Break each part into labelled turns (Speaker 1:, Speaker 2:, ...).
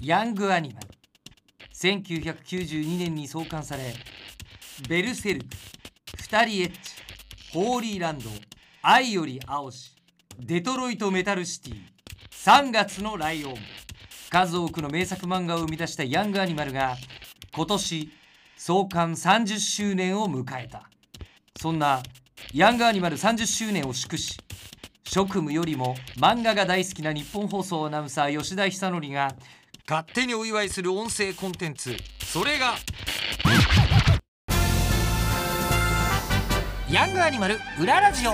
Speaker 1: ヤングアニマル1992年に創刊されベルセルク二人エッチホーリーランド愛より青しデトロイトメタルシティ3月のライオン数多くの名作漫画を生み出したヤングアニマルが今年創刊30周年を迎えたそんなヤングアニマル30周年を祝し職務よりも漫画が大好きな日本放送アナウンサー吉田久典が勝手にお祝いする音声コンテンツそれがヤングアニマル裏ラジオ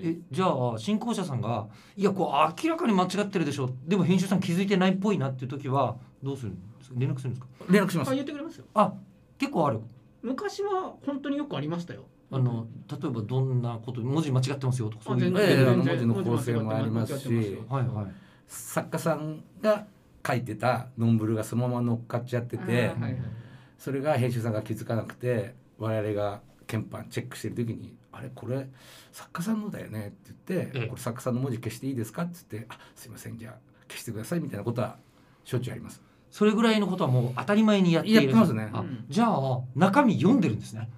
Speaker 1: えじゃあ進行者さんがいやこう明らかに間違ってるでしょでも編集さん気づいてないっぽいなっていう時はどうするんですか連絡するんですか
Speaker 2: 連絡しま
Speaker 3: あ
Speaker 2: す
Speaker 3: 言ってくれますよ
Speaker 1: あ結構ある
Speaker 3: 昔は本当によくありましたよ
Speaker 1: あの例えばどんなこと文字間違ってますよとかそういう
Speaker 3: あ全然
Speaker 2: ええあの文
Speaker 3: 全
Speaker 2: 字
Speaker 3: 然
Speaker 2: の構成もあります
Speaker 3: 間違って
Speaker 2: し
Speaker 3: ま
Speaker 1: はいはい
Speaker 2: 作家さんが書いてたノンブルがそのまま乗っかっちゃって
Speaker 3: あ
Speaker 2: て
Speaker 3: ーはいはい
Speaker 2: それが編集さんが気づかなくて我々が鍵盤チェックしてる時に「あれこれ作家さんのだよね」って言っ
Speaker 1: ええ
Speaker 2: て「これ作家さんの文字消していいですか?」って言って「あすいませんじゃあ消してください」みたいなことはしょっちゅうあります。
Speaker 1: それぐらいのことはもう当たり前にやっていらっしゃる
Speaker 2: やってますね
Speaker 1: あ
Speaker 3: うん
Speaker 1: じゃあ中身読んでるんですね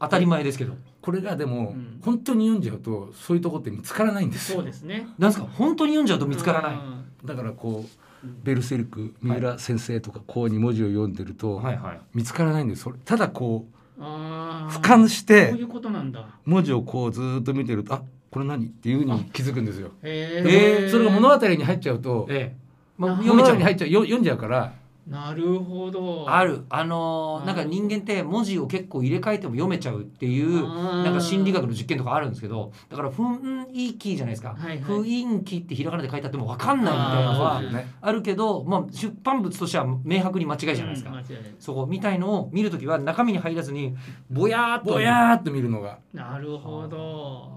Speaker 1: 当たり前ですけど
Speaker 2: これがでも、
Speaker 3: うん
Speaker 2: 本当に読んじゃうとそういうとこって見つからないんです
Speaker 3: そ
Speaker 2: よ
Speaker 3: うですね
Speaker 1: なんですか本当に読んじゃうと見つからない
Speaker 3: い
Speaker 2: だからこう「ベルセルク」三浦先生とかこうに文字を読んでると、
Speaker 1: はいはい
Speaker 2: 見つからないんですそれただこ
Speaker 3: あ
Speaker 2: う俯
Speaker 3: ー
Speaker 2: 瞰し
Speaker 3: こう
Speaker 2: て
Speaker 3: いうことなんだ
Speaker 2: 文字をこうずーっと見てると「あこれ何?」っていうふうに気づくんですよ。
Speaker 3: へ
Speaker 2: で
Speaker 3: え
Speaker 2: もそれが物語に入っちゃうと、
Speaker 1: ええまあ、
Speaker 3: あ
Speaker 1: 読
Speaker 2: 読
Speaker 1: め
Speaker 2: め
Speaker 1: ちゃ
Speaker 2: ちゃ
Speaker 1: う
Speaker 2: うに入っちゃうよ読んじゃうから
Speaker 3: なるほど
Speaker 1: あるあのー
Speaker 3: うん
Speaker 1: なんか人間って文字を結構入れ替えても読めちゃうっていう
Speaker 3: あー
Speaker 1: なんか心理学の実験とかあるんですけどだから雰囲気じゃないですか、
Speaker 3: はいはい
Speaker 1: 雰囲気ってひらがなで書いてあっても分かんないみたいなの
Speaker 3: あ
Speaker 1: は
Speaker 3: ー
Speaker 2: そうですね
Speaker 1: あるけど、まあ、出版物としては明白に間違いじゃないですか、
Speaker 3: うん間違いない
Speaker 1: そこみたいのを見るときは中身に入らずにぼやーっと
Speaker 2: ぼやーっと見るのが
Speaker 3: なるほど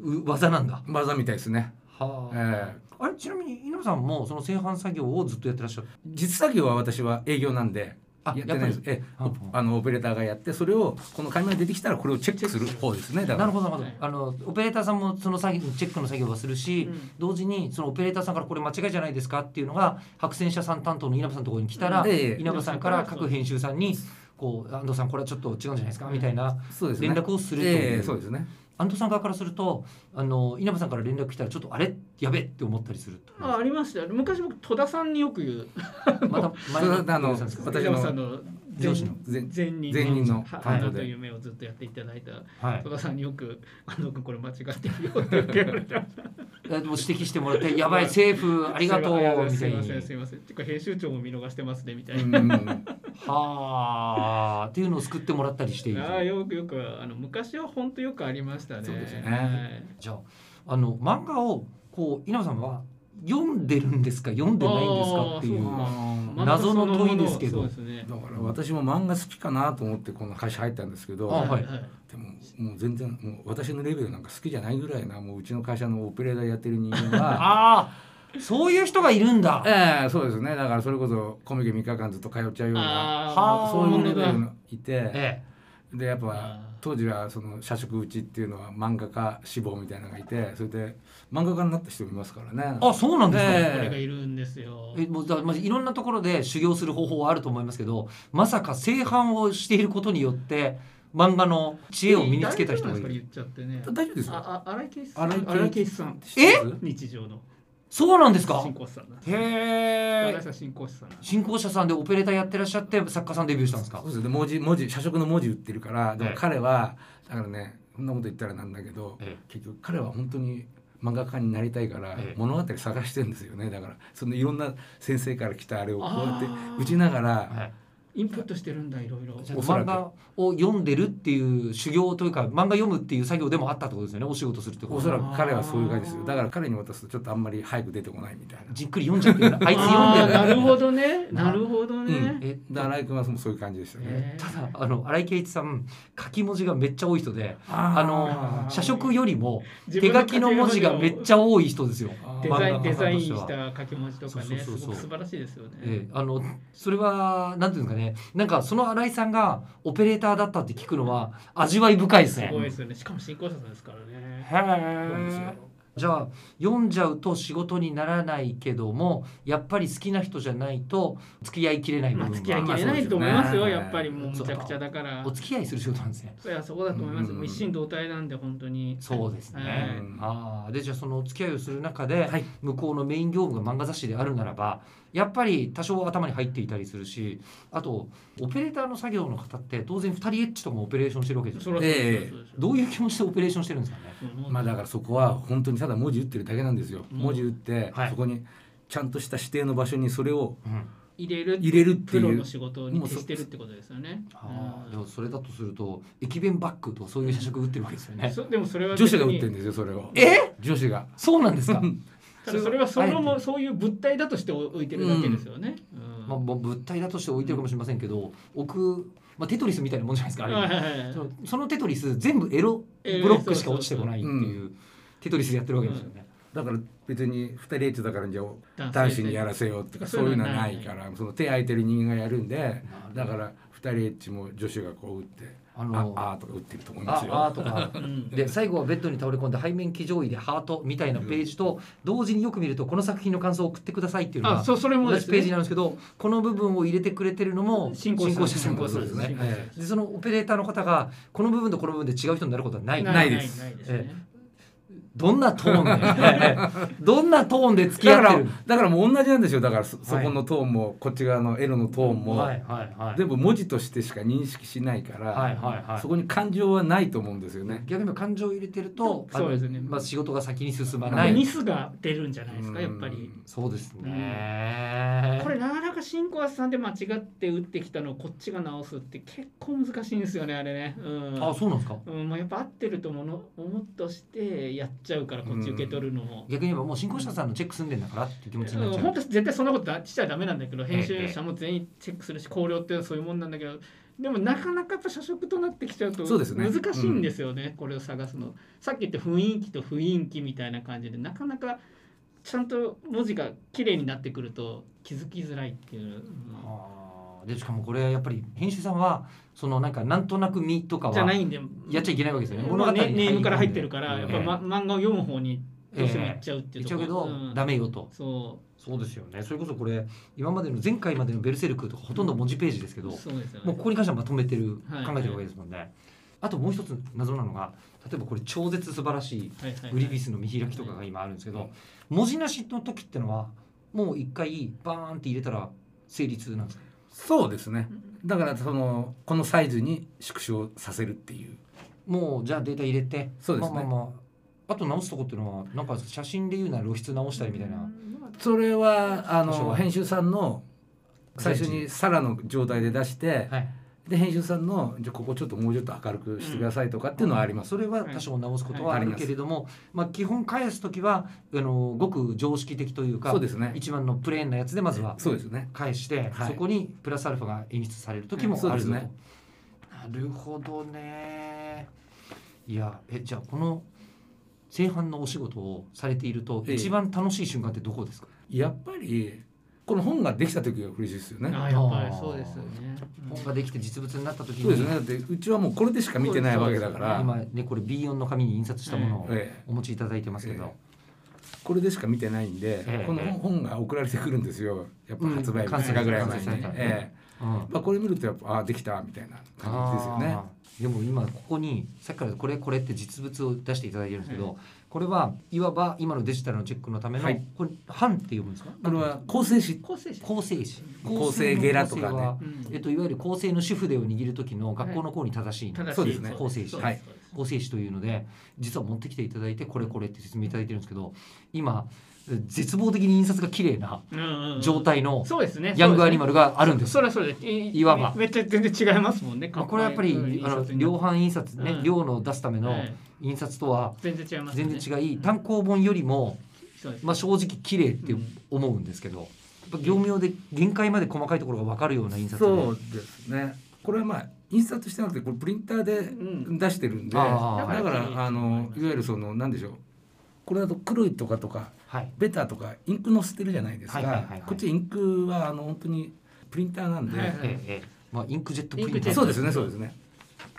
Speaker 1: う技なんだ
Speaker 2: 技みたいですね、
Speaker 1: は
Speaker 2: え
Speaker 1: あ
Speaker 2: え
Speaker 1: あれちなみに稲葉さんもその製版作業をずっとやってらっしゃる
Speaker 2: 実作業は私は営業なんで
Speaker 1: あ
Speaker 2: やってないですえ
Speaker 1: う
Speaker 2: え
Speaker 1: んうん
Speaker 2: あのオペレーターがやってそれをこの紙が出てきたらこれをチェックする方ですねだ
Speaker 1: な
Speaker 2: から
Speaker 1: るほどなるほど、
Speaker 3: はい
Speaker 1: あのオペレーターさんもその作業チェックの作業はするし、
Speaker 3: うん
Speaker 1: 同時にそのオペレーターさんからこれ間違いじゃないですかっていうのが白線者さん担当の稲葉さんのところに来たら、
Speaker 2: で
Speaker 1: 稲葉さんから各編集さんにこう安藤さんこれはちょっと違うんじゃないですかみたいな
Speaker 2: そうですね
Speaker 1: 連絡をするという
Speaker 2: ええそうですね
Speaker 1: 安藤さん側からするとあの稲葉さんから連絡来たらちょっとあれやべって思ったりすると
Speaker 3: あありましたよ昔僕戸田さんによく言う
Speaker 1: また前
Speaker 2: それはあの
Speaker 1: にですけど
Speaker 2: 私の
Speaker 3: 山さんの前
Speaker 1: 上司の
Speaker 2: 前
Speaker 3: 前任
Speaker 2: 前任の
Speaker 3: は
Speaker 2: 担
Speaker 3: 花
Speaker 2: 当
Speaker 3: とい
Speaker 2: で
Speaker 3: う夢をずっとやっていただいた
Speaker 1: はい
Speaker 3: 戸田さんによく「安藤君これ間違ってるよ」って言われて
Speaker 1: えでも指摘してもらって「やばい政府ありがとう」み
Speaker 3: す
Speaker 1: た
Speaker 3: い
Speaker 1: い
Speaker 3: ません
Speaker 1: に
Speaker 3: すいませんてか編集長も見逃してますねみたいうな、
Speaker 2: ん
Speaker 1: はあっていうのを救ってもらったりしている
Speaker 3: ああよくよくあの昔は本当よくありましたね
Speaker 2: そうですね
Speaker 3: はい
Speaker 1: じゃああの漫画をこう稲葉さんは読んでるんですか読んでないんですかっていう
Speaker 3: あーそうか
Speaker 2: だ
Speaker 1: 謎の問いですけど
Speaker 3: そうですね
Speaker 2: から私も漫画好きかなと思ってこの会社入ったんですけど、
Speaker 1: あはい
Speaker 2: でももう全然もう私のレベルなんか好きじゃないぐらいなもううちの会社のオペレーターやってる人間が
Speaker 1: ああそういう人がいるんだ
Speaker 2: ええそうですねだからそれこそコミケ3日間ずっと通っちゃうような
Speaker 3: ああ
Speaker 2: そういうレベル
Speaker 3: だ
Speaker 2: のいて
Speaker 1: え
Speaker 2: でやっぱ
Speaker 3: あー
Speaker 2: 当時はその社食打ちっていうのは漫画家志望みたいなのがいてそれで漫画家になった人もいますからね
Speaker 1: えあそうなんですか、
Speaker 2: え
Speaker 3: これがいるんですよ
Speaker 1: えもうだまあ、いろんなところで修行する方法はあると思いますけどまさか正版をしていることによって漫画の知恵を身につけた人がいる
Speaker 3: 大丈夫なんですか言っちゃってね
Speaker 2: 大丈夫ですよ
Speaker 3: ああ荒井圭一さ
Speaker 2: 荒井
Speaker 3: ん
Speaker 2: 圭一
Speaker 3: 荒井圭一さん
Speaker 1: え
Speaker 3: 日常の
Speaker 1: そうなんですか
Speaker 3: 新講師さんなんです
Speaker 1: へ
Speaker 3: 荒井
Speaker 1: え
Speaker 3: さん新講師さんなんです
Speaker 1: 新興社さんでオペレーターやってらっしゃって作家さんデビューしたんですか
Speaker 2: そうですね文字文字社食の文字売ってるからで
Speaker 1: ええ
Speaker 2: も彼はだからねこんなこと言ったらなんだけど
Speaker 1: え
Speaker 2: 結局彼は本当に漫画家になりたいから
Speaker 1: ええ
Speaker 2: 物語探してるんですよねだからそのいろんな先生から来たあれをこうやって
Speaker 3: あー
Speaker 2: 打ちながら
Speaker 1: はい
Speaker 3: インプットしてるんだいろいろ
Speaker 1: じゃあ
Speaker 2: おそら
Speaker 1: 漫
Speaker 2: く
Speaker 1: 画を読んでるっていう修行というか漫画読むっていう作業でもあったってことですよねお仕事するってこと
Speaker 2: おそらく彼はそういう感じですよだから彼に渡すとちょっとあんまり早く出てこないみたいな
Speaker 1: じっくり読んじゃってるな あいつ読んでる
Speaker 3: あーなるほ どねなるほど
Speaker 2: うん
Speaker 3: ね、
Speaker 1: え
Speaker 2: だから荒井君はもうそういう感じでしたね、
Speaker 3: えー
Speaker 1: ただあの荒井圭一さん書き文字がめっちゃ多い人で
Speaker 2: あ
Speaker 1: あの社食よりも
Speaker 3: 自
Speaker 1: 手
Speaker 3: 分の
Speaker 1: 書きの文字がめっちゃ多い人ですよ。
Speaker 2: あー
Speaker 3: デザ
Speaker 1: 漫
Speaker 3: イン
Speaker 1: 画家
Speaker 3: デ
Speaker 1: さ
Speaker 3: ザ
Speaker 1: ん
Speaker 3: イ
Speaker 1: と
Speaker 3: ン
Speaker 1: して
Speaker 3: し
Speaker 1: は
Speaker 3: た書き文字とか
Speaker 1: そう
Speaker 3: ね
Speaker 1: そうそう
Speaker 3: す
Speaker 1: そう
Speaker 3: ごく素晴らしいですよね、
Speaker 1: ええあのそれはなんていうんですかねなんかその荒井さんがオペレーターだったって聞くのは味わい深いですね。
Speaker 3: すごいですよねしかも新興者さんですから
Speaker 1: へ
Speaker 3: ね
Speaker 2: そうなんですよ
Speaker 1: え。じゃあ読んじゃうと仕事にならないけどもやっぱり好きな人じゃないと付き合いきれない部
Speaker 3: まあ
Speaker 1: 分
Speaker 3: 付き合い
Speaker 1: は
Speaker 3: きれないと思いますよ、
Speaker 2: まあ
Speaker 3: やっぱりもうむちゃくちゃだから
Speaker 1: お。付き合いする仕事なんですね。
Speaker 3: そりゃそこだと思います。
Speaker 2: うん
Speaker 3: もう一心同体なんで本当に。
Speaker 1: そうですね。
Speaker 2: はい
Speaker 1: ああでじゃあそのお付き合いをする中で、
Speaker 2: はい
Speaker 1: 向こうのメイン業務が漫画雑誌であるならばやっぱり多少頭に入っていたりするしあとオペレーターの作業の方って当然2人エッチともオペレーションしてるわけです
Speaker 3: そ
Speaker 1: よ
Speaker 3: ら
Speaker 1: ね。
Speaker 3: そうです
Speaker 2: ええ
Speaker 3: そうです
Speaker 1: どういう気持ちでオペレーションしてるんですかね。
Speaker 2: まあだからそこは本当にただ文字打ってるだけなんですよ。
Speaker 3: うん
Speaker 2: 文字打って、
Speaker 1: はい
Speaker 2: そこにちゃんとした指定の場所にそれを
Speaker 1: うん
Speaker 3: 入れる
Speaker 2: 入れるっていう
Speaker 3: プロの仕事に徹してるってことですよね。
Speaker 1: ああで
Speaker 3: うん
Speaker 1: もそれだとすると駅弁バッグとかそういう社食売ってるわけですよね。
Speaker 3: そでもそれは
Speaker 2: 女子が打ってる
Speaker 3: 別
Speaker 2: ん
Speaker 3: に
Speaker 2: ですよそれを。
Speaker 1: え
Speaker 2: 女子が。
Speaker 1: そうなんですか。
Speaker 3: ただそれはその
Speaker 1: あえ
Speaker 3: もそういう物体だとして置いてるだけですよね。うん
Speaker 1: まあ、もう物体だとして置いてるかもしれませんけど置く、まあ、テトリスみたいなもんじゃないですかあれ
Speaker 3: はいはいはい
Speaker 1: そのそのテトリス全部エロブロックしか落ちてこないっていう、テトリスでやってるわけですよね。
Speaker 2: だから別に二人エッチだからじゃあ
Speaker 3: 男性
Speaker 2: 男子にやらせようとかそういうのはないからその手空いてる人間がやるんでだから二人エッチも女子がこう打って
Speaker 1: あ
Speaker 2: あ
Speaker 1: の
Speaker 2: あーとか打ってると思います
Speaker 1: ああ
Speaker 2: よ。
Speaker 1: とか
Speaker 3: うん
Speaker 1: で最後はベッドに倒れ込んで背面騎乗位でハートみたいなページと同時によく見るとこの作品の感想を送ってくださいっていうの
Speaker 3: あ
Speaker 1: が
Speaker 3: そうそれも
Speaker 1: 同
Speaker 3: で
Speaker 1: じ
Speaker 3: す
Speaker 1: ページに
Speaker 3: ね。
Speaker 1: なるんですけどこの部分を入れてくれてるのも進行者さん
Speaker 2: の
Speaker 1: の
Speaker 2: こ
Speaker 1: ことと
Speaker 2: で
Speaker 1: ですすね。
Speaker 2: ねえ
Speaker 1: でそのオペレーターの方がこの部分とこの部分で違う人になることはない
Speaker 2: ないです
Speaker 3: ないです
Speaker 1: え
Speaker 3: ね。
Speaker 1: どんなトーン でどんなトーンで付き
Speaker 2: だか
Speaker 1: 合って
Speaker 2: ら
Speaker 1: る
Speaker 2: だからもう同じなんですよだからそ
Speaker 1: い
Speaker 2: そこのトーンもこっち側のエロのトーンも、
Speaker 1: はいはいはい
Speaker 2: 全部文字としてしか認識しないから、
Speaker 1: はいはいはい
Speaker 2: そこに感情はないと思うんですよね。
Speaker 1: 逆に感情を入れてると
Speaker 3: そうそうですね
Speaker 1: あのまあ、仕事が先に進ま
Speaker 2: うん
Speaker 1: な
Speaker 3: ミ
Speaker 1: い
Speaker 3: スが出るんじゃないですかやっぱり。
Speaker 1: そうですね、
Speaker 3: これなかなか新コアさんで間違って打ってきたのをこっちが直すって結構難しいんですよねあれね。うん
Speaker 1: あそうなんですか
Speaker 3: うんまあ、やっぱ合ってるともの思っとしてやっちゃうからこっち受け取るのも。
Speaker 1: 逆に言えばもう進行者さんのチェック済んでんだからっていう気
Speaker 3: う
Speaker 1: 持ちになっ
Speaker 3: ん
Speaker 1: ちゃう、
Speaker 3: 本当絶対そんなことだしちゃダメなんだけど
Speaker 1: ええ
Speaker 3: 編集者も全員チェックするし考慮ってそういうもんなんだけどでもなかなかやっぱ社食となってきちゃうと
Speaker 2: そうですね
Speaker 3: 難しいんですよねこれを探すの。さっき言った雰囲気と雰囲気みたいな感じでなかなかちゃんと文字が綺麗になってくると気づきづらいっていう。うん
Speaker 1: あーでしかもこれやっぱり編集さんはそのなんかなんとなく見とか
Speaker 3: じゃな
Speaker 1: はい
Speaker 3: んで、
Speaker 1: やっちゃいけないわけですよね
Speaker 3: まあ、ねネームから入ってる
Speaker 1: か
Speaker 3: から、
Speaker 2: うん
Speaker 3: やっぱ、ま、漫画を読む方にどうしても行っちゃうってい
Speaker 1: 言
Speaker 3: う
Speaker 1: っ
Speaker 3: と
Speaker 1: ちゃ
Speaker 3: こ
Speaker 1: う
Speaker 3: ろ、
Speaker 1: けど、
Speaker 3: うん
Speaker 1: ダメよと
Speaker 3: そ
Speaker 1: そうですよねそれこそこれ今までの前回までの「ベルセルク」とかほとんど文字ページですけ
Speaker 3: う
Speaker 1: ど、
Speaker 3: そうですよね
Speaker 1: もうここに関してはまとめてる、
Speaker 3: はい
Speaker 1: 考えてるわけですもんね、あともう一つ謎なのが例えばこれ超絶素晴らしい
Speaker 3: はいはいはい
Speaker 1: グリビスの見開きとかが今あるんですけ
Speaker 2: はい
Speaker 1: ど文字なしの時ってのはもう一回バーンって入れたら成立なんですか
Speaker 2: そうですね。だからそのこのサイズに縮小させるっていう。
Speaker 1: もうじゃあデータ入れて
Speaker 2: そうですね
Speaker 1: まあまあまああと直すとこっていうのはなんか写真で言うなら露出直したりみたいな、
Speaker 2: それはあ
Speaker 1: 多少
Speaker 2: の
Speaker 1: は
Speaker 2: 編集さんの最初にサラの状態で出して、
Speaker 1: はい、
Speaker 2: で編集さんのじゃあここちょっともうちょっと明るくしてくださいとかっていうのはあります。
Speaker 1: それは多少直すことはあるけれども、まあ、基本返す時はあのごく常識的というか
Speaker 2: そうですね。
Speaker 1: 一番のプレーンなやつでまずは
Speaker 2: そうですね。
Speaker 1: 返して、
Speaker 2: はい
Speaker 1: そこにプラスアルファが演出される時も
Speaker 2: うんそう
Speaker 1: あ
Speaker 2: で
Speaker 1: る
Speaker 2: す
Speaker 1: ぞと、
Speaker 2: ね
Speaker 1: なるほどねいやえじゃあこの前半のお仕事をされていると
Speaker 2: ええ
Speaker 1: 一番楽しい瞬間ってどこですか、
Speaker 2: やっぱりこの本ができた時が嬉しいですよね。
Speaker 3: あやっぱりそうですよね。
Speaker 1: 本ができて実物になった時
Speaker 2: そうです
Speaker 1: に、
Speaker 2: ね。だってうちはもうこれでしか見てないわけだから、
Speaker 1: 今ねこれ B4 の紙に印刷したものを
Speaker 2: ええ
Speaker 1: お持ちいただいてますけど、
Speaker 2: えこれでしか見てないんで、
Speaker 1: ええ
Speaker 2: この本本が送られてくるんですよ。やっぱ発売
Speaker 1: うん
Speaker 2: 日2日ぐらい前に、
Speaker 1: 完成された
Speaker 2: え
Speaker 1: うん
Speaker 2: えまあこれ見るとやっぱああできたみたいな感じですよね。
Speaker 1: あーでも今ここにさっきからこれこれって実物を出していただいてるんですけど、これはいわば今のデジタルのチェックのための、
Speaker 2: はい
Speaker 1: これ版って読むんですか
Speaker 2: これは構成紙
Speaker 3: 構成者。
Speaker 1: 構成士
Speaker 2: 構成ゲラとかね
Speaker 1: 構成は
Speaker 3: うん
Speaker 1: えっと、いわゆる構成の主婦でを握る時の学校の校に正しい、
Speaker 3: 正しい
Speaker 2: そうですね
Speaker 1: 構成者
Speaker 2: はい。
Speaker 3: そう
Speaker 1: 構成士というので実は持ってきていただいてこれこれって説明いただいてるんですけど今絶望的に印刷が綺麗な
Speaker 3: ですうんうん
Speaker 1: 状態の
Speaker 3: そうですね。
Speaker 1: ヤングアニマ
Speaker 3: ル。
Speaker 1: ルがあるんです
Speaker 3: それはそれで。い
Speaker 1: いわば
Speaker 3: めめっちゃ全然違いますもんね。
Speaker 1: あこれはやっぱり
Speaker 3: うん
Speaker 1: あの量販印刷ね、
Speaker 3: うん
Speaker 1: 量の出すための
Speaker 3: はい
Speaker 1: 印刷とは
Speaker 3: 全然違いますね。
Speaker 1: 全然違い単行本よりも、
Speaker 3: そうです。
Speaker 1: まあ、正直綺麗って思うんですけど、やっぱ業務用で限界まで細かいところが分かるような印刷で
Speaker 2: そうですね。これはまあ印刷してなくてこれプリンターで
Speaker 3: うん
Speaker 2: 出してるんで、
Speaker 1: あ
Speaker 3: ー
Speaker 2: だか
Speaker 3: やっぱり
Speaker 2: らあのいわゆるそのなんでしょう。これだと黒いとかとか
Speaker 1: はい
Speaker 2: ベタとかインクの捨てるじゃないです
Speaker 1: はいはいはい
Speaker 2: か
Speaker 1: はい。
Speaker 2: こっちインクはあの本当にプリンターなんで。
Speaker 3: はい
Speaker 1: ええええまあ、インクジェットプリン
Speaker 3: インク
Speaker 1: タ
Speaker 3: ジェ
Speaker 1: ー
Speaker 3: ッ
Speaker 2: そ
Speaker 3: ト
Speaker 2: うですねそうですね。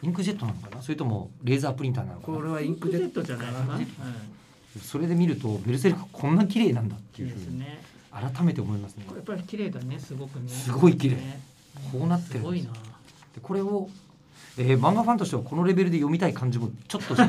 Speaker 1: インクジェットなのかなそれともレーザープリンターなのか
Speaker 2: こ
Speaker 1: な
Speaker 2: れはインクジ
Speaker 3: ジ
Speaker 2: ェ
Speaker 3: ェ
Speaker 2: ッ
Speaker 3: ットじゃないですか。はい
Speaker 1: それで見るとベルセルクこんな綺麗なんだって
Speaker 3: 綺
Speaker 1: い
Speaker 3: 麗
Speaker 1: うふ
Speaker 3: で
Speaker 1: う
Speaker 3: す
Speaker 1: に
Speaker 3: ね。
Speaker 1: 改めて思いますね
Speaker 3: これやっぱり綺麗だね、すごくね。
Speaker 1: すごい綺麗
Speaker 3: ね
Speaker 1: こうなってる
Speaker 3: す
Speaker 1: ん
Speaker 3: ご
Speaker 1: で
Speaker 3: い
Speaker 1: す
Speaker 3: な。
Speaker 1: でこれを、えー漫画ファンとしてはこのレベルで読みたい感じもちょっとしあ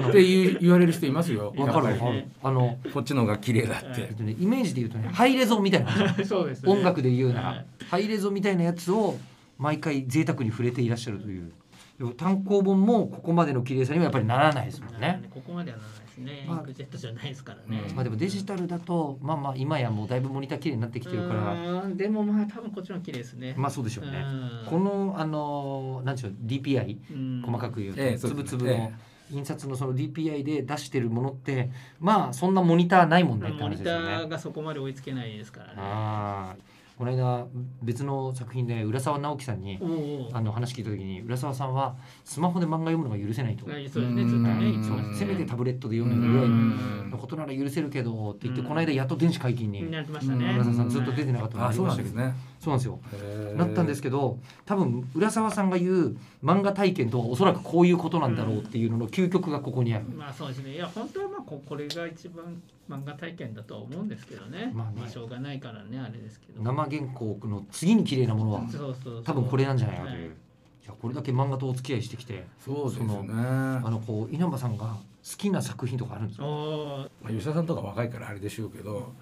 Speaker 1: の
Speaker 2: って言う言われる人いますよ。
Speaker 1: わかる
Speaker 2: やっぱ
Speaker 1: わかるあの、
Speaker 2: りこっちの方が綺麗だっ
Speaker 1: え
Speaker 2: て
Speaker 1: っ。とね、イメージで言うとねハイレゾみたいな
Speaker 3: そうですね。
Speaker 1: 音楽で言うな
Speaker 3: は
Speaker 1: ら
Speaker 3: い
Speaker 1: ハイレゾみたいなやつを毎回贅沢に触れていらっしゃるというでも単行本もここまでの綺麗さにはやっぱりならないですもんね。。
Speaker 3: ここまではならないですね。イ
Speaker 1: まあ
Speaker 3: ンクジェットじゃないですからね。
Speaker 2: うん
Speaker 1: まあ、でもデジタルだとまあまあ今やもうだいぶモニター綺麗になってきてるから
Speaker 3: うーんでもまあ多分こっちの方が綺麗ですね。
Speaker 1: まあそうでしょうね。このあのなんでしょう DPI 細か
Speaker 3: く
Speaker 1: く言う
Speaker 2: ええ
Speaker 1: と
Speaker 2: そう
Speaker 1: 粒
Speaker 2: ですね
Speaker 1: 々の印刷のその DPI で出してるものってまあそんなモニターないもんねって
Speaker 3: モニ
Speaker 1: 話
Speaker 3: タ
Speaker 1: ですよね
Speaker 3: ー。がそこまで追いつけないですからね。
Speaker 1: ああこの間別の作品で浦沢直樹さんに
Speaker 3: おお。
Speaker 1: あの話聞いた時に浦沢さんはスマホで漫画読むのが許せないと、
Speaker 3: そうですね。ずっとね、
Speaker 2: うん
Speaker 3: いつ
Speaker 1: そう
Speaker 3: も。
Speaker 1: せめてタブレットで読
Speaker 3: う
Speaker 1: むぐらい
Speaker 3: ん
Speaker 1: のことなら許せるけどって言って、
Speaker 3: うん
Speaker 1: この間やっと電子解禁に
Speaker 3: に
Speaker 1: 浦
Speaker 3: なりましたね。
Speaker 2: うん
Speaker 1: 沢さんずっと出てなかったの
Speaker 2: あ、
Speaker 1: に
Speaker 2: そう
Speaker 1: なりました
Speaker 2: なんで
Speaker 1: け
Speaker 2: す
Speaker 1: ど
Speaker 2: ね。
Speaker 1: そうなんですよな
Speaker 2: な
Speaker 1: ったんです
Speaker 2: け
Speaker 1: けど多分浦沢さんが言う漫画体験とはおそらくこういうことなんだろうっていうのの究極がここにある、
Speaker 3: まあそうですね。いや本当はまあここれが一番漫画体験だとは思うんですけどね。
Speaker 1: ま
Speaker 3: ま
Speaker 1: あ
Speaker 3: あ、
Speaker 1: ね
Speaker 3: しょうがないからねあれですけど。
Speaker 1: 生原稿の次に綺麗なものは
Speaker 3: そうそうそう
Speaker 1: 多分これなんじゃないかという、
Speaker 3: はい
Speaker 1: いやこれだけ漫画とお付き合いしてきて
Speaker 2: そうです
Speaker 1: そ
Speaker 2: よね。ま
Speaker 1: あのこう稲葉さんが好きな作品とかあるんですか
Speaker 3: お
Speaker 2: あ吉田さんとか若いからあれでしょうけど、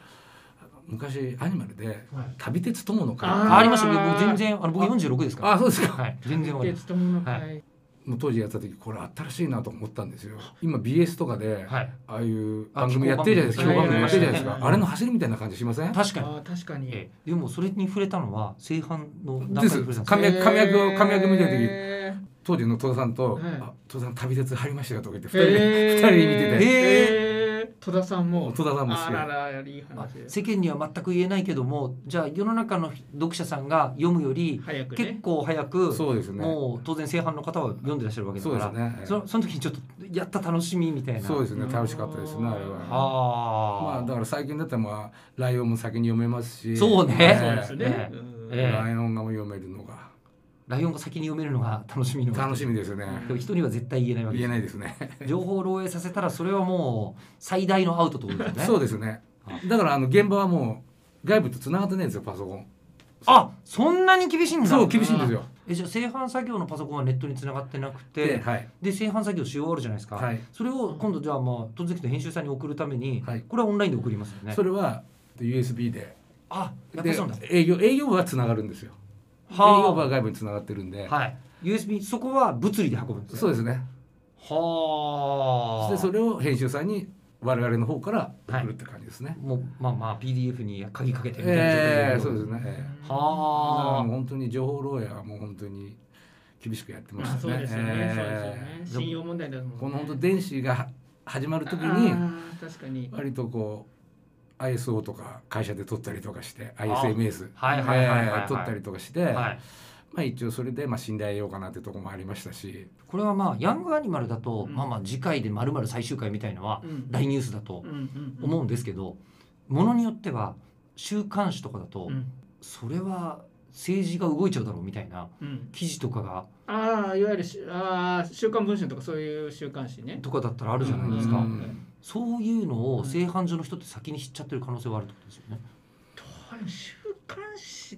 Speaker 2: 昔アニマルで
Speaker 3: ーはい
Speaker 2: 旅鉄友の会
Speaker 3: あー
Speaker 1: あありました僕全然あの僕46ですから
Speaker 2: あ、そうですか。
Speaker 1: はい全然わかります
Speaker 3: 鉄友の
Speaker 1: はい
Speaker 3: 会
Speaker 2: もう当時やってた時これ新しいなと思ったんですよ。今 BS とかであ
Speaker 1: はい
Speaker 2: あいう
Speaker 1: あ
Speaker 2: 番組やってるじゃないですか。
Speaker 3: 気
Speaker 2: 評
Speaker 3: 候
Speaker 2: 判
Speaker 3: 番組
Speaker 2: 組やってるじゃないです
Speaker 3: はいはい
Speaker 2: か。
Speaker 3: はい
Speaker 2: あれの走りみたいな感じしません？
Speaker 1: 確かに
Speaker 3: あー確かに
Speaker 1: ええでもそれに触れたのは正反の
Speaker 2: で
Speaker 1: 段
Speaker 2: す
Speaker 1: 階で触れたんですよ
Speaker 2: 神谷神谷君神谷君みたいな時
Speaker 3: え
Speaker 2: 当時の戸田さんと
Speaker 3: はい
Speaker 2: 「あ戸田さん旅鉄入りましたよ」とか言って
Speaker 3: ー
Speaker 2: 二人で二人で見てて
Speaker 3: えー戸田さんも
Speaker 2: 戸田さんも好き
Speaker 3: あららいい話です
Speaker 1: 世間には全く言えないけどもじゃあ世の中の読者さんが読むより
Speaker 3: 早く
Speaker 1: 結
Speaker 3: ね
Speaker 1: 構早く
Speaker 2: そうですね。
Speaker 1: もう当然正反の方は読んでらっしゃるわけだ
Speaker 2: そ
Speaker 1: か
Speaker 2: うです
Speaker 1: ら
Speaker 2: ね。ええ
Speaker 1: そその時にちょっとやった楽しみみたいな
Speaker 2: そうですね楽しかったですねあれは。ま
Speaker 1: あ
Speaker 2: あ
Speaker 1: あ
Speaker 2: だから最近だったらまあ「ライオン」も先に読めますし
Speaker 1: そうね
Speaker 2: ええ
Speaker 3: そうですね
Speaker 1: ええ
Speaker 3: うん
Speaker 1: ええ
Speaker 2: ライオンがも読めるのが
Speaker 1: ライオンが先に読めるのが楽しみの
Speaker 2: 楽しみですよね
Speaker 1: でも人には絶対言えないわけ
Speaker 2: 言
Speaker 1: で
Speaker 2: え
Speaker 1: す
Speaker 2: ないですね
Speaker 1: 情報を漏洩させたらそれはもう最大のアウトってことですね
Speaker 2: そうですねだからあの現場はもう外部と繋がってないんですよパソコン
Speaker 1: あそんなに厳しいんだ
Speaker 2: そう厳しいんですよ
Speaker 1: えじゃあ製版作業のパソコンはネットに繋がってなくて
Speaker 2: ではい
Speaker 1: で製版作業し終わるじゃないですか、
Speaker 2: はい
Speaker 1: それを今度じゃあまあ突然編集さんに送るために、
Speaker 2: はい
Speaker 1: これはオンラインで送りますよね
Speaker 2: それは USB で
Speaker 1: あやっぱ
Speaker 2: で
Speaker 1: そうなんだ
Speaker 2: 営業営業部は繋がるんですよ営
Speaker 1: はあ
Speaker 2: 業部は外部に繋がってるんで
Speaker 1: はい USB そこは物理で運ぶんですね
Speaker 2: そうですね
Speaker 1: はあ
Speaker 2: でそれを編集さんに我々の方から送るって感じですね
Speaker 1: もうまあまあ PDF に鍵かけてみたいな状態
Speaker 2: ええ
Speaker 1: で
Speaker 2: そうですねええだから
Speaker 1: は
Speaker 2: もう本当に情報漏洩はもう本当に厳しくやってま
Speaker 3: まあ
Speaker 2: した
Speaker 3: そう
Speaker 2: ね。
Speaker 3: ですよねそうですよ
Speaker 2: え
Speaker 3: ね
Speaker 2: ー
Speaker 3: 信用問題ですもんね
Speaker 2: この本当電子が始まるとき
Speaker 3: あ
Speaker 2: に
Speaker 3: ー確かに
Speaker 2: 割とこう ISO とか会社で取ったりとかして ISMS
Speaker 1: はいはいはいはいはい
Speaker 2: えー取ったりとかして、
Speaker 1: い、はい、
Speaker 2: まあ一応それでまあ信頼得ようかなってとこもありましたし、
Speaker 1: これはまあヤングアニマルだと、
Speaker 3: うん
Speaker 1: まあまあ次回でまるまる最終回みたいのは
Speaker 3: うん
Speaker 1: 大ニュースだと
Speaker 3: うんうんうん
Speaker 1: 思うんですけど、ものによっては週刊誌とかだと、
Speaker 3: うん
Speaker 1: それは政治が動いちゃうだろうみたいな
Speaker 3: うん
Speaker 1: 記事とかが
Speaker 3: ああいわゆるしあー週刊文春とかそういう週刊誌ね
Speaker 1: とかだったらあるじゃないですか、
Speaker 2: うん
Speaker 1: そういうのを製版所の人って先に知っちゃってる可能性はあるってことですよね。
Speaker 3: どう週刊誌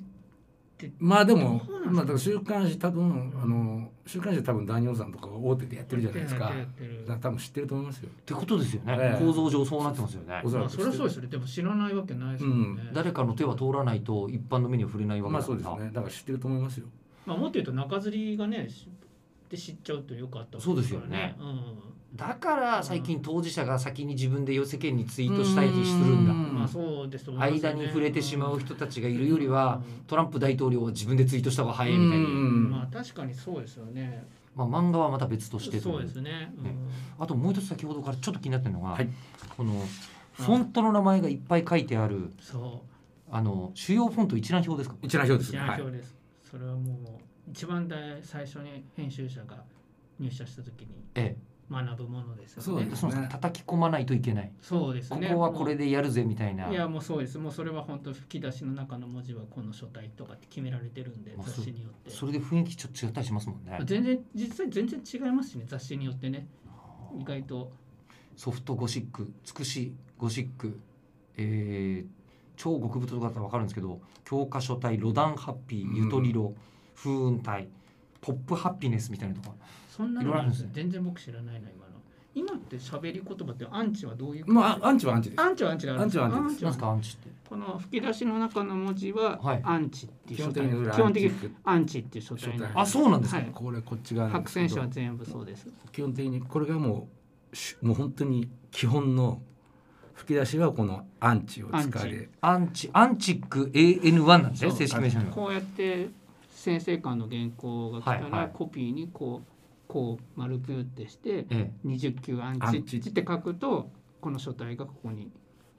Speaker 2: まあでも
Speaker 3: そうなんですか
Speaker 2: まあだから週刊誌多分あの週刊誌多分ダニオさんとかが大手でやってるじゃないですか。
Speaker 3: やってるやっ
Speaker 2: だ
Speaker 3: て
Speaker 2: から
Speaker 3: る
Speaker 2: 多分知ってると思いますよ。
Speaker 1: ってことですよね、
Speaker 2: ええ
Speaker 1: 構造上そうなってますよね
Speaker 2: お。そ
Speaker 3: ま
Speaker 2: ら
Speaker 3: あ
Speaker 2: く知っ
Speaker 3: そ
Speaker 2: てる。
Speaker 3: りゃそうですよねでも知らないわけないですもんね
Speaker 2: う
Speaker 1: 誰かの手は通らないと一般の目には触れないわけ
Speaker 2: まあ
Speaker 1: だか
Speaker 2: そう
Speaker 1: ら、
Speaker 2: ですね。だから知ってると思いますよ。
Speaker 3: まあ、もっと言うと中吊りがねしって知っちゃうとよくあったわけからうん
Speaker 1: だから最近当事者が先に自分で世間にツイートしたりするんだ、
Speaker 2: うん
Speaker 3: まあそうですと思いますよ
Speaker 1: 間
Speaker 3: ね
Speaker 1: に触れてしまう人たちがいるより
Speaker 3: う
Speaker 1: は、
Speaker 3: ん
Speaker 1: トランプ大統領は自分でツイートした方が早いみたいに、
Speaker 2: うん
Speaker 3: まあ確かにそうですよね
Speaker 1: まあ、漫画はまた別としてとい
Speaker 3: そうですね、うん
Speaker 1: あともう一つ先ほどからちょっと気になってるのが、
Speaker 2: はい
Speaker 1: このフォントの名前がいっぱい書いてある
Speaker 3: そ
Speaker 1: あの主要フォント一覧表ですか
Speaker 2: 一覧表
Speaker 3: う
Speaker 2: です
Speaker 3: 治
Speaker 2: ね。
Speaker 3: 安
Speaker 2: はい。
Speaker 3: 表です、それはもう一番大最初に編集者が入社した時に
Speaker 1: え
Speaker 3: 学ぶものですよね
Speaker 2: そうで
Speaker 1: え
Speaker 2: す
Speaker 1: その
Speaker 2: ね
Speaker 1: 叩き込まないといけない、
Speaker 3: そうです
Speaker 1: こ
Speaker 3: ね
Speaker 1: こはこれでやるぜみたいない
Speaker 3: やもうそうですもうそれは本当吹き出しの中の文字はこの書体とかって決められてるんで
Speaker 1: まあそ
Speaker 3: 雑誌によって
Speaker 1: それで雰囲気ちょっと違ったりしますもんね
Speaker 3: 全然実際全然違いますしね雑誌によってね意外と
Speaker 1: ソフトゴシックつくしゴシック、えー超極太とかだったら分かるんですけど教科書体ロダンハッピーゆとりろ、風雲体ポップハッピネスみたいなとか
Speaker 3: そんないの
Speaker 1: ろいろあるんですね
Speaker 3: 全然僕知らないな今の今って喋り言葉ってアンチはどういうこと
Speaker 2: まあアンチはアンチです
Speaker 3: アンチはアンチである
Speaker 2: ア
Speaker 3: んです
Speaker 2: ンチはアンチ
Speaker 1: なんですかアンチって
Speaker 3: この吹き出しの中の文字は
Speaker 1: はい
Speaker 3: アンチっていう
Speaker 2: 基
Speaker 3: 書
Speaker 2: 本
Speaker 3: 体、
Speaker 2: 的に
Speaker 3: 基本的
Speaker 2: アンチ
Speaker 3: に
Speaker 2: ック
Speaker 3: アンチっていう書体なん
Speaker 2: 書体
Speaker 1: あそうなんですか、
Speaker 3: はい
Speaker 2: これこっち側なんです
Speaker 3: 白
Speaker 2: け
Speaker 3: 線
Speaker 2: ど
Speaker 3: 紙は全部そうです
Speaker 2: 基本的にこれがもうしもう本当に基本の吹き出しはこのアンチを使
Speaker 3: アン
Speaker 2: い
Speaker 1: アンチアンチック AN1 なんですね
Speaker 3: そう
Speaker 1: 正式名称が
Speaker 3: こうやって先生間の原稿が来たら、
Speaker 1: はいはい
Speaker 3: コピーにこうこう丸ピュってして
Speaker 1: ええ
Speaker 3: 20級アン
Speaker 2: ア
Speaker 3: チ
Speaker 2: ンチ
Speaker 3: って書くとこの書体がここに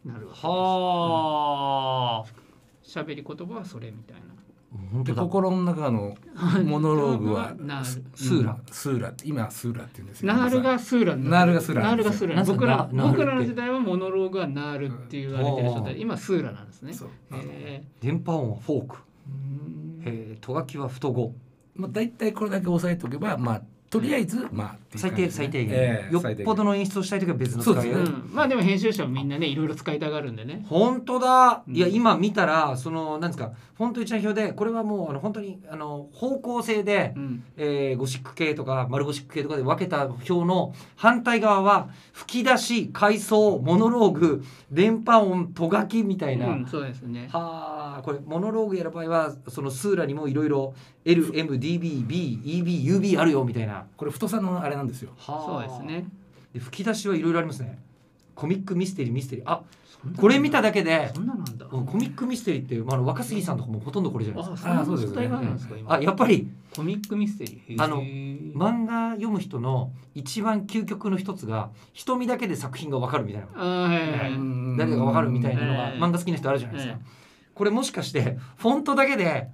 Speaker 3: なるわけです
Speaker 1: はあ、
Speaker 3: 喋り言葉はそれみたいな
Speaker 1: 本
Speaker 2: で
Speaker 1: 当だ
Speaker 2: 心の中の モノローグは
Speaker 3: なる
Speaker 2: ス
Speaker 1: スーラ
Speaker 2: うんスーラって今はスーラって言うんですよ
Speaker 3: ナールがスーラ
Speaker 2: ナールがスーラ
Speaker 3: ナールがスーラ
Speaker 1: なんすか
Speaker 3: 僕ら
Speaker 1: ナールって
Speaker 3: 僕らの時代はモノローグはナールって言われてる書
Speaker 1: う
Speaker 3: 体
Speaker 1: ん
Speaker 3: 今スーラなんですね
Speaker 2: そう
Speaker 3: へ
Speaker 1: 電波音はフォーク、
Speaker 3: ーうん
Speaker 1: えー、とがきは太語
Speaker 2: まあ大体これだけ押さえておけばまあとりあえずまあっていう
Speaker 1: 最
Speaker 2: 感じ
Speaker 1: 低
Speaker 2: ですね
Speaker 1: 最低限、
Speaker 2: ええ
Speaker 1: よっ
Speaker 2: 最低限
Speaker 1: ぽどの演出をしたい時は別の使い
Speaker 2: そ
Speaker 1: 方、
Speaker 2: うですね
Speaker 3: うんまあでも編集者はみんなねいろいろ使いたがるんでね
Speaker 1: 本当だ
Speaker 3: うん
Speaker 1: いや今見たらそのなんですか本当一覧表でこれはもうあの本当にあの方向性で、
Speaker 3: うん
Speaker 1: えーゴシック系とか丸ゴシック系とかで分けた表の反対側は吹き出し階層モノローグ電波音とがきみたいな、
Speaker 3: うんそうですね
Speaker 1: はあこれモノローグやる場合はそのスーラにもいろいろ LMDBBEBUB あるよみたいな
Speaker 2: これ太さのあれなんですよ
Speaker 1: は
Speaker 3: そうですね
Speaker 1: で吹き出しはいろいろありますねコミックミステリーミステリーあこれ見ただけで
Speaker 3: そんななんだ
Speaker 1: うんコミックミステリーっていう、まあ、あの若杉さんとかもほとんどこれじゃないです
Speaker 3: あ
Speaker 1: か
Speaker 3: そ
Speaker 2: あそ
Speaker 3: う
Speaker 2: う
Speaker 3: で
Speaker 2: ですす
Speaker 3: ね
Speaker 2: ね
Speaker 3: あるんですか今
Speaker 1: あやっぱり
Speaker 3: コミックミステリーへー
Speaker 1: あの漫画読む人の一番究極の一つが瞳だけで作品がわかるみたいな
Speaker 3: あーはいはいはい
Speaker 1: 誰かがわかるみたいなのが
Speaker 3: ええ
Speaker 1: 漫画好きな人あるじゃないですか
Speaker 3: え
Speaker 1: これもしかしてフォントだけで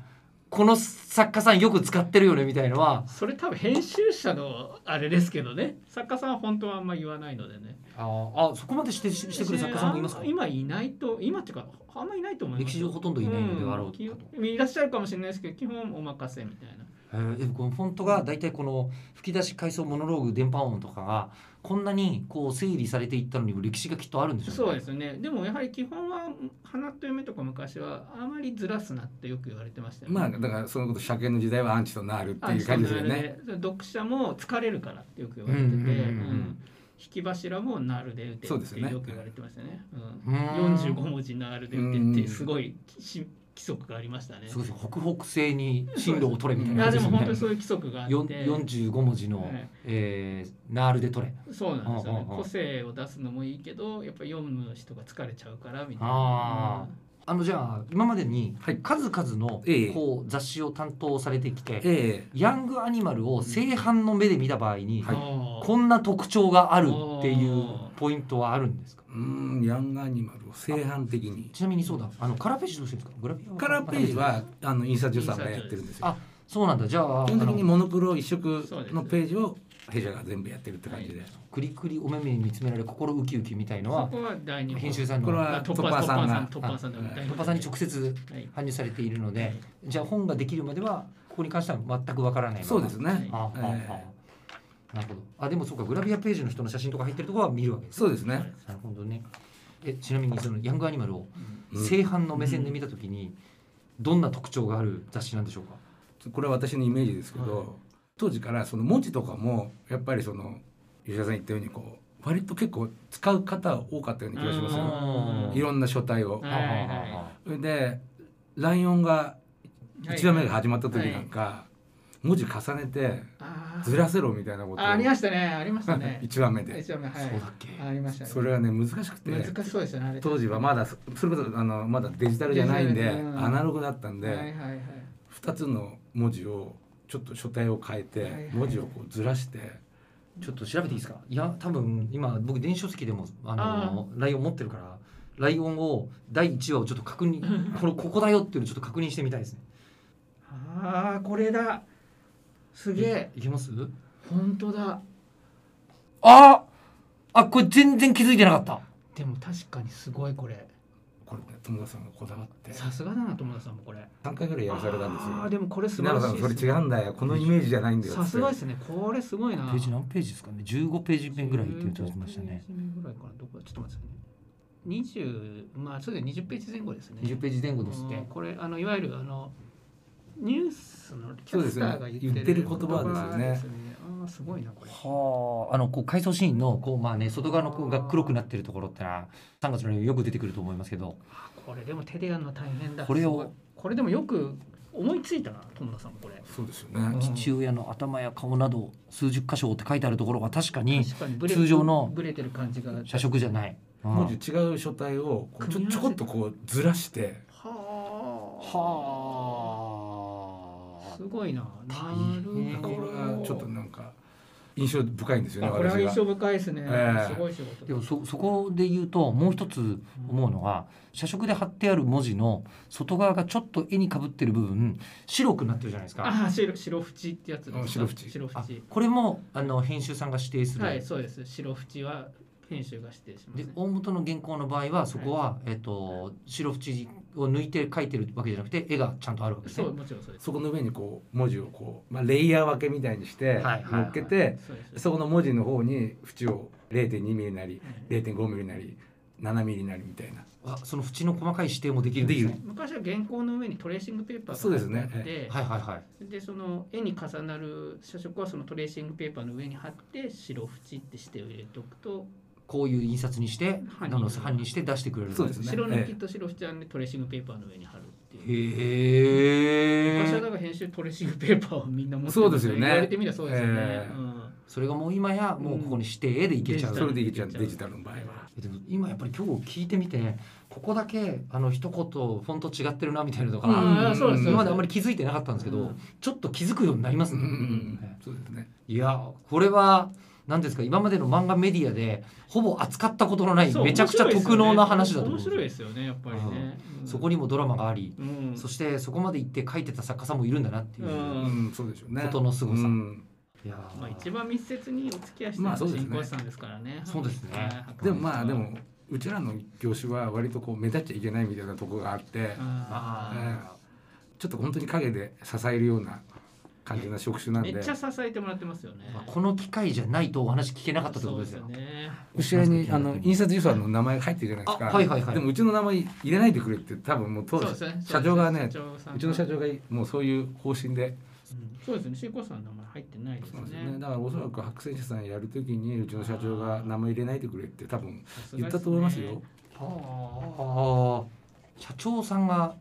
Speaker 1: この作家さんよく使ってるよねみたいのは
Speaker 3: それ多分編集者のあれですけどね作家さんは本当はあんま言わないのでね
Speaker 1: ああそこまでしてししてくる作家さんもいますか
Speaker 3: あ今いないと今っていうかあんまいないと思いま
Speaker 1: 歴
Speaker 3: す
Speaker 1: 史上ほとんどいないのであろうかと
Speaker 3: うんいらっしゃるかもしれないですけど基本お任せみたいな
Speaker 1: えーでもこのフォントが大体この吹き出し階層モノローグ電波音とかがこんなにこう整理されていったのにも歴史がきっとあるんでしょ
Speaker 3: そうですすねでもやはり基本は花と夢とか昔はあまりずらすなってよく言われてましたよね
Speaker 2: まあだからそのこと車検の時代はアンチとなるっていう感じですよね
Speaker 3: あそうなるで読者も疲れるからってよく言われてて、
Speaker 1: うんうんうんうん
Speaker 3: うん引き柱もナルで打て
Speaker 2: そう
Speaker 3: っ
Speaker 2: です
Speaker 3: て
Speaker 2: よね
Speaker 3: よく言われてましたね。
Speaker 1: う
Speaker 3: うん
Speaker 1: ん
Speaker 3: 45文字ナルで打てってすごいし規則がありましたね。
Speaker 1: そうです北北西に進路を取れみたい
Speaker 3: い
Speaker 1: な
Speaker 3: や
Speaker 1: 感
Speaker 3: で
Speaker 1: じ
Speaker 3: も
Speaker 1: す
Speaker 3: 本当に
Speaker 1: よ
Speaker 3: そういう規則があっ
Speaker 1: ねよん
Speaker 3: て、
Speaker 1: 45文字の、
Speaker 3: はい
Speaker 1: えーナールで取れ
Speaker 3: そうなんですよ
Speaker 1: うんうん。
Speaker 3: ね
Speaker 1: うん
Speaker 3: 個性を出すのもいいけど、やっぱ読む人が疲れちゃうからみたい
Speaker 1: あ
Speaker 3: な。
Speaker 1: あのじゃあ今までに
Speaker 2: はい
Speaker 1: 数々の
Speaker 2: ええ
Speaker 1: こう雑誌を担当されてきて
Speaker 2: え
Speaker 1: ヤングアニマルを正反の目で見た場合に
Speaker 2: はい
Speaker 3: こ
Speaker 1: こんな特徴があるっていうポイントはあるんですか
Speaker 2: えうーんヤングアニマルを正反的に
Speaker 1: ちなみにそうだあのカラーページどうしてるんですかグラビアは
Speaker 2: カラーページはあの印刷所さんがやってるんですよ
Speaker 1: あそうなんだじゃああ
Speaker 2: 基本的に
Speaker 1: の
Speaker 2: モノクロ一色のページを弊社が全部やってるって感じで、
Speaker 1: クリクリお目目に見つめられ心ウキウキみたいのは
Speaker 3: そこは第二
Speaker 1: 編集さん
Speaker 2: これ
Speaker 1: の
Speaker 2: は
Speaker 3: トッパーさんが
Speaker 2: トッパ
Speaker 3: トッパ
Speaker 2: ー
Speaker 3: ー
Speaker 2: さ
Speaker 3: さ
Speaker 2: ん
Speaker 3: ん
Speaker 2: が
Speaker 3: の大
Speaker 1: パパさんに直接
Speaker 3: はい
Speaker 1: 搬入されているの
Speaker 3: は
Speaker 1: で
Speaker 3: い
Speaker 1: じゃあ本ができるまではここに関しては全くわからないまま
Speaker 2: そうですね、
Speaker 1: ああ、
Speaker 2: え
Speaker 1: あ
Speaker 2: え
Speaker 1: あなるほど。あでもそうかグラビアページの人の写真とか入ってるところは見るわけです。
Speaker 2: そうですね
Speaker 1: なるほどね。えちなみにそのヤングアニマルを
Speaker 2: うん
Speaker 1: 正反の目線で見たときにどんな特徴がある雑誌なんでしょうか。
Speaker 2: これは私のイメージですけど、
Speaker 3: はい
Speaker 2: 当時からその文字とかもやっぱりその吉田さん言ったようにこう割と結構使う方多かったような気がしますよ
Speaker 1: うん
Speaker 2: いろんな書体を
Speaker 3: は。い
Speaker 2: それで「ライオン」が1話目が始まった時なんか、文字重ねて
Speaker 3: あー
Speaker 2: ずらせろみたいなことを
Speaker 3: あありましたねありまし たね。
Speaker 2: 1話目で
Speaker 3: 一応ねはい
Speaker 1: そうだっけ
Speaker 3: ありましたね。
Speaker 2: それはね難しくて
Speaker 3: 難しそうですよねあれ。
Speaker 2: 当時はまだそそれこそあのまだデジタルじゃないんで
Speaker 3: デジタルじゃない
Speaker 2: アナログだったん
Speaker 3: はいはい
Speaker 2: で
Speaker 3: はい。
Speaker 2: 2つの文字をちょっと書体を変え
Speaker 3: はいはい
Speaker 2: て文字をこうずらして
Speaker 1: ちょっと調べていいですか。いや多分今僕電子書籍でもあのライオン持ってるから。ライオンを第1話をちょっと確認これここだよっていうのをちょっと確認してみたいですね。
Speaker 3: ああこれだ。すげえ
Speaker 1: いけます
Speaker 3: 本当だ。
Speaker 1: ああこれ全然気づいてなかった。
Speaker 3: でも確かにすごいこれ。
Speaker 2: これもね友田さんがこだわって
Speaker 3: さすがだな友田さんもこれ
Speaker 2: 3回ぐらいやらされたんです
Speaker 3: あー
Speaker 2: よ
Speaker 3: でもこれ素晴
Speaker 2: 稲葉
Speaker 3: ら
Speaker 2: さ
Speaker 3: し
Speaker 2: ん
Speaker 3: い
Speaker 2: そ
Speaker 3: で
Speaker 2: れ
Speaker 3: す
Speaker 2: 違うんだよこのイメージじゃないんだよ
Speaker 3: さすが
Speaker 2: っ
Speaker 3: で
Speaker 2: つって
Speaker 3: すねこれすごいな
Speaker 1: ページ何ページですかね15ページ目ぐらいって言ってましたね
Speaker 3: 15ページ目ぐらいかなどこだちょっと待ってくださいね20まあそれで20ページ前後ですね
Speaker 1: 20ページ前後ですっ
Speaker 3: うん
Speaker 1: て
Speaker 3: これあのいわゆるあのニュースのキャスターが言って
Speaker 2: そうですね言ってる言葉ですよね
Speaker 3: すよねああすごいなこれ
Speaker 1: はああのこう回想シーンのこうまあね外側のこうが黒くなってるところってのは3月のよく出てくると思いますけど
Speaker 3: あこれでも手でやるの大変だ
Speaker 1: これを
Speaker 3: すごいこれでもよく思いついたな友田さんもこれ
Speaker 2: そうですよ
Speaker 3: う
Speaker 2: ね
Speaker 3: ん
Speaker 1: 父親の頭や顔など数十箇所って書いてあるところが確かに
Speaker 3: 確かにブレ
Speaker 1: 通常の
Speaker 3: ブレてる感じが
Speaker 1: 社食じゃない。うん
Speaker 2: 文字違う書体をこうちょ
Speaker 3: 組み合わせ
Speaker 2: ちょこっとこうずらして
Speaker 1: は
Speaker 3: はあすごいなな
Speaker 1: 大
Speaker 3: る
Speaker 1: 変
Speaker 3: ほ
Speaker 2: こ
Speaker 3: ど
Speaker 2: れはちょっとなんか印象深いんですよね
Speaker 3: あこれは
Speaker 2: 私
Speaker 3: 印
Speaker 2: が
Speaker 3: 象深いですね、
Speaker 2: ええ
Speaker 3: すごい仕事
Speaker 1: でもそそこで言うともう一つ思うのは社食で貼ってある文字の外側がちょっと絵にかぶってる部分白くなってるじゃないですか。
Speaker 3: ああ白白縁ってやつですか
Speaker 2: あ白縁
Speaker 3: 白
Speaker 1: あ
Speaker 3: 縁
Speaker 1: これもあの編集さんが指定する、
Speaker 3: はいそうです白縁は編集が指定します
Speaker 1: で
Speaker 3: ね
Speaker 1: 大元の原稿の場合はそこは、えっと、白縁を抜いて書いてるわけじゃなくて絵がちゃんとあるわけです
Speaker 3: そ
Speaker 1: ね
Speaker 3: う。もちろんそうです
Speaker 2: そこの上にこう文字をこう、まあ、レイヤー分けみたいにし
Speaker 1: は
Speaker 2: て
Speaker 1: いはいはい
Speaker 2: 乗っけて
Speaker 3: そうです
Speaker 2: そこの文字の方に縁を0.2ミリなり
Speaker 3: はい
Speaker 2: 0.5ミリなり7ミリなりみたいな
Speaker 1: あその縁の細かい指定もできるんです
Speaker 2: で
Speaker 1: ね。
Speaker 3: 昔は原稿の上にトレーシングペーパーが
Speaker 2: そうですね
Speaker 3: 貼ってあって
Speaker 1: はいはいはい。
Speaker 3: でその絵に重なる社色はそのトレーシングペーパーの上に貼って白縁ってして入れておくと
Speaker 1: こういう印刷にして、あ
Speaker 3: 犯人
Speaker 1: の版にして出してくれる。
Speaker 2: そうですね
Speaker 3: 白抜きと白縁はねトレーシングペーパーの上に貼るっていう。
Speaker 1: へ
Speaker 3: 昔は
Speaker 1: え
Speaker 3: だ。から編集トレーシングペーパーをみんな持って
Speaker 2: そうですよね
Speaker 3: 言われてみればそうですよね、
Speaker 2: ええ
Speaker 3: うん
Speaker 1: それがもう今やもうここに指定絵でいけちゃう。
Speaker 3: うん
Speaker 2: それでいけちゃうデジタルの場合は
Speaker 1: でも今やっぱり今日聞いてみてここだけあの一言フォント違ってるなみたいなのと
Speaker 2: うん
Speaker 1: か、
Speaker 3: ああそうです
Speaker 1: 今まであんまり気づいてなかったんですけど、
Speaker 3: うん
Speaker 1: ちょっと気づくようになります
Speaker 2: うん
Speaker 1: ね。
Speaker 2: うんう
Speaker 1: ね
Speaker 2: んそうですね
Speaker 1: いやこれは何ですか今までの漫画メディアでほぼ扱ったことのない
Speaker 3: そう
Speaker 1: めちゃくちゃ特能な話だと思う
Speaker 3: 面
Speaker 1: ん
Speaker 3: 白い
Speaker 1: で
Speaker 3: です
Speaker 1: よ
Speaker 3: すよねやっぱりね、うん
Speaker 1: そこにもドラマがあり、
Speaker 3: うん
Speaker 1: そしてそこまで行って書いてた作家さんもいるんだなっていう。
Speaker 3: うん
Speaker 2: うんそうでしょうね
Speaker 1: ことの凄さ
Speaker 2: うん
Speaker 1: いや
Speaker 3: まあ、一番密接にお付き合いして
Speaker 2: ま
Speaker 3: る
Speaker 2: あそうですね
Speaker 3: 新婚さんですからね。
Speaker 1: そうですね
Speaker 3: はい
Speaker 2: でもまあでも、うちらの業種は割とこう目立っちゃいけないみたいなとこがあって
Speaker 3: あー
Speaker 1: あ
Speaker 2: ちょっと本当に陰で支えるような感じな職種なん
Speaker 3: め
Speaker 2: で
Speaker 3: っちゃ支えてもらってますよね
Speaker 1: ー、。まあ、この機会じゃないとお話聞けなかったってことですよ
Speaker 3: そうね。
Speaker 2: 後ろにあの印刷所さんの名前が入ってるじゃないですか
Speaker 1: あはいはいはい
Speaker 2: でもうちの名前入れないでくれって多分もう当
Speaker 3: そう
Speaker 2: 時
Speaker 3: ですね。
Speaker 2: 社長がね
Speaker 3: 社長さんが
Speaker 2: うちの社長がもうそういう方針で
Speaker 3: そうですね。新婚さんの名前入ってないです
Speaker 2: そうですね
Speaker 3: ね。
Speaker 2: だからおそらく白戦車さんやるときにうちの社長が名前入れないでくれって多分
Speaker 3: さすがですね
Speaker 2: 言ったと思いますよ。
Speaker 1: ああ社長さんが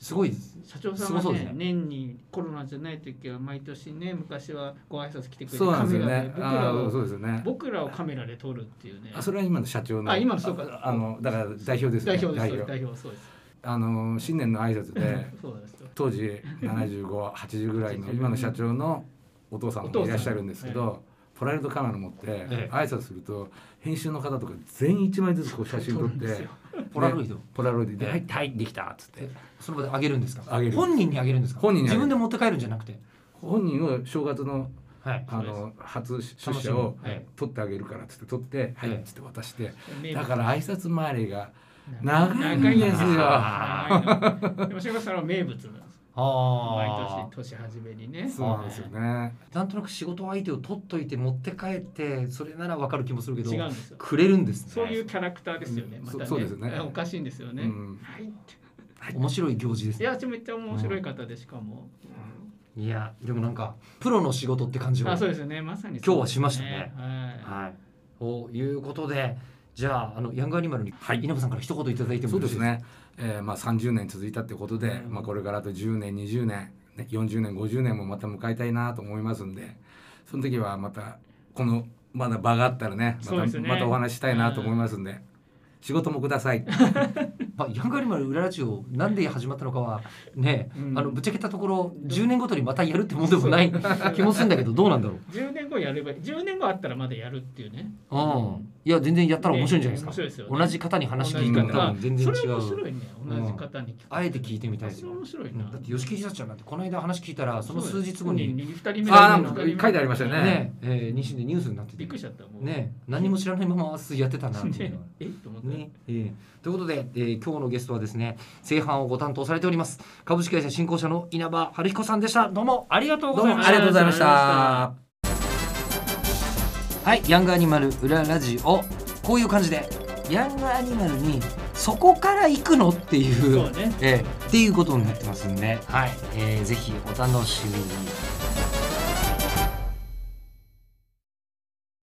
Speaker 1: すごいです
Speaker 3: 社長さ
Speaker 1: す
Speaker 3: ん
Speaker 1: ご
Speaker 3: は
Speaker 1: そうです
Speaker 3: ね
Speaker 1: ね
Speaker 3: 年にコロナじゃない時は毎年ね昔はご挨拶来てくれて
Speaker 2: そうなんですよね
Speaker 3: カメ
Speaker 2: あ
Speaker 3: ラで
Speaker 2: あー
Speaker 3: 僕
Speaker 2: そう
Speaker 3: らを
Speaker 2: ですよね
Speaker 3: 僕らをカメラで撮るっていうね
Speaker 2: あそれは今の社長の
Speaker 3: あ今のそうか
Speaker 2: ああのだから代表ですよ
Speaker 3: 代
Speaker 2: ね
Speaker 3: 表ですよ代表そうです
Speaker 2: あの新年の挨拶で
Speaker 3: そうなんですよ
Speaker 2: 当時7580ぐらいの今の社長のお父さんもいらっしゃるんですけ
Speaker 3: お
Speaker 2: どポラレードカメラ持って
Speaker 1: え
Speaker 2: 挨拶すると編集の方とか全員1枚ずつこう写真撮っ
Speaker 3: 撮るんです
Speaker 2: て
Speaker 3: よ
Speaker 1: ポラロイド、
Speaker 2: ポラロイドで「
Speaker 1: ええ
Speaker 2: はいはいできた」っつって
Speaker 1: その場であげるんですか
Speaker 2: あげる
Speaker 1: 本人にあげるんですか
Speaker 2: 本人にあ
Speaker 1: 自
Speaker 2: げ
Speaker 1: 分
Speaker 2: る
Speaker 1: で持って帰るんじゃなくて
Speaker 2: 本人を正月の
Speaker 1: はい
Speaker 2: あ
Speaker 3: そ
Speaker 2: の初出社を
Speaker 1: みはい
Speaker 2: 撮ってあげるからっつって撮って「は
Speaker 1: え
Speaker 2: い」
Speaker 1: え
Speaker 2: っつって渡して
Speaker 3: 名物
Speaker 2: だから挨拶回りが長
Speaker 3: 長
Speaker 2: い
Speaker 3: い
Speaker 2: んですよ
Speaker 3: 長いのでもしさんは名物なんです毎
Speaker 1: あ
Speaker 3: 年年始めにね
Speaker 2: そうなんですよね
Speaker 1: あなんとなく仕事相手を取っといて持って帰ってそれならわかる気もするけど
Speaker 3: 違うんですよ
Speaker 1: くれるんですね
Speaker 3: そういうキャラクターですよね
Speaker 2: うん
Speaker 3: またね
Speaker 2: そうそうですね
Speaker 3: おかしいんですよね
Speaker 2: うん
Speaker 3: はいって
Speaker 1: 面白い行事です
Speaker 3: い
Speaker 1: ね
Speaker 3: やめっちゃ面白い方でしかも
Speaker 1: いやでもなんかプロの仕事って感じは
Speaker 3: あそうですねまさに
Speaker 1: 今日はしましたね
Speaker 3: は
Speaker 1: はい。ということで、じゃああのヤングアニマルに、稲葉さんから一言いただいても
Speaker 2: そ
Speaker 1: よ
Speaker 2: う
Speaker 1: ろ
Speaker 2: で
Speaker 1: し
Speaker 2: す
Speaker 1: いですか。
Speaker 2: ね、えーまあ、30年続いたってことで、
Speaker 1: うん
Speaker 2: まあ、これからあと10年20年ね40年50年もまた迎えたいなと思いますんでその時はまたこのまだ場があったらねま
Speaker 3: そうで
Speaker 2: た
Speaker 3: すね
Speaker 2: またお話ししたいなと思いますんで、仕事もください
Speaker 1: まあヤングアニマル裏ラジオなんで始まったのかはね、
Speaker 3: うん
Speaker 1: あのぶっちゃけたところ10年ごとにまたやるってもんでもない気もするんだけどどうなんだろう。
Speaker 3: い10年後やれば10年後あったらまだやるっていうね
Speaker 1: うん。いや全然やったら面白いんじゃないですか。
Speaker 3: ね面白いですよね
Speaker 1: 同じ方に話聞いたら
Speaker 3: 同じ
Speaker 1: 全然
Speaker 3: そ
Speaker 1: 違
Speaker 3: れ面
Speaker 1: う。
Speaker 3: 白いね同じ方に聞く
Speaker 1: あえて聞いてみたいです
Speaker 3: そ
Speaker 1: よ
Speaker 3: れ。面白いうなん
Speaker 1: だって吉木ひさちゃんなんてこの間話聞いたらその数日後にね、
Speaker 3: 2人目
Speaker 2: あーなんか書いてありましたね
Speaker 1: えー、西でニュースになって
Speaker 3: び
Speaker 1: て
Speaker 3: っくりしちゃったも う
Speaker 1: ね何も知らないまま明日やってたなっていうの
Speaker 3: ね
Speaker 1: は。
Speaker 3: えっと思って
Speaker 1: ねえーということで、えー今日のゲストはですね製版をご担当されております株式会社新興社の稲葉春彦さんでしたどうもありがとうご
Speaker 2: どう
Speaker 1: ざい
Speaker 2: も
Speaker 1: まし
Speaker 2: あり
Speaker 1: た
Speaker 2: がとうございまし。
Speaker 3: ありがとうございました
Speaker 1: はい、ヤングアニマル裏ラジオこういう感じでヤングアニマルにそこから行くのっていう
Speaker 3: そうね
Speaker 1: ええっていうことになってますんで、はいえーぜひお楽しみに。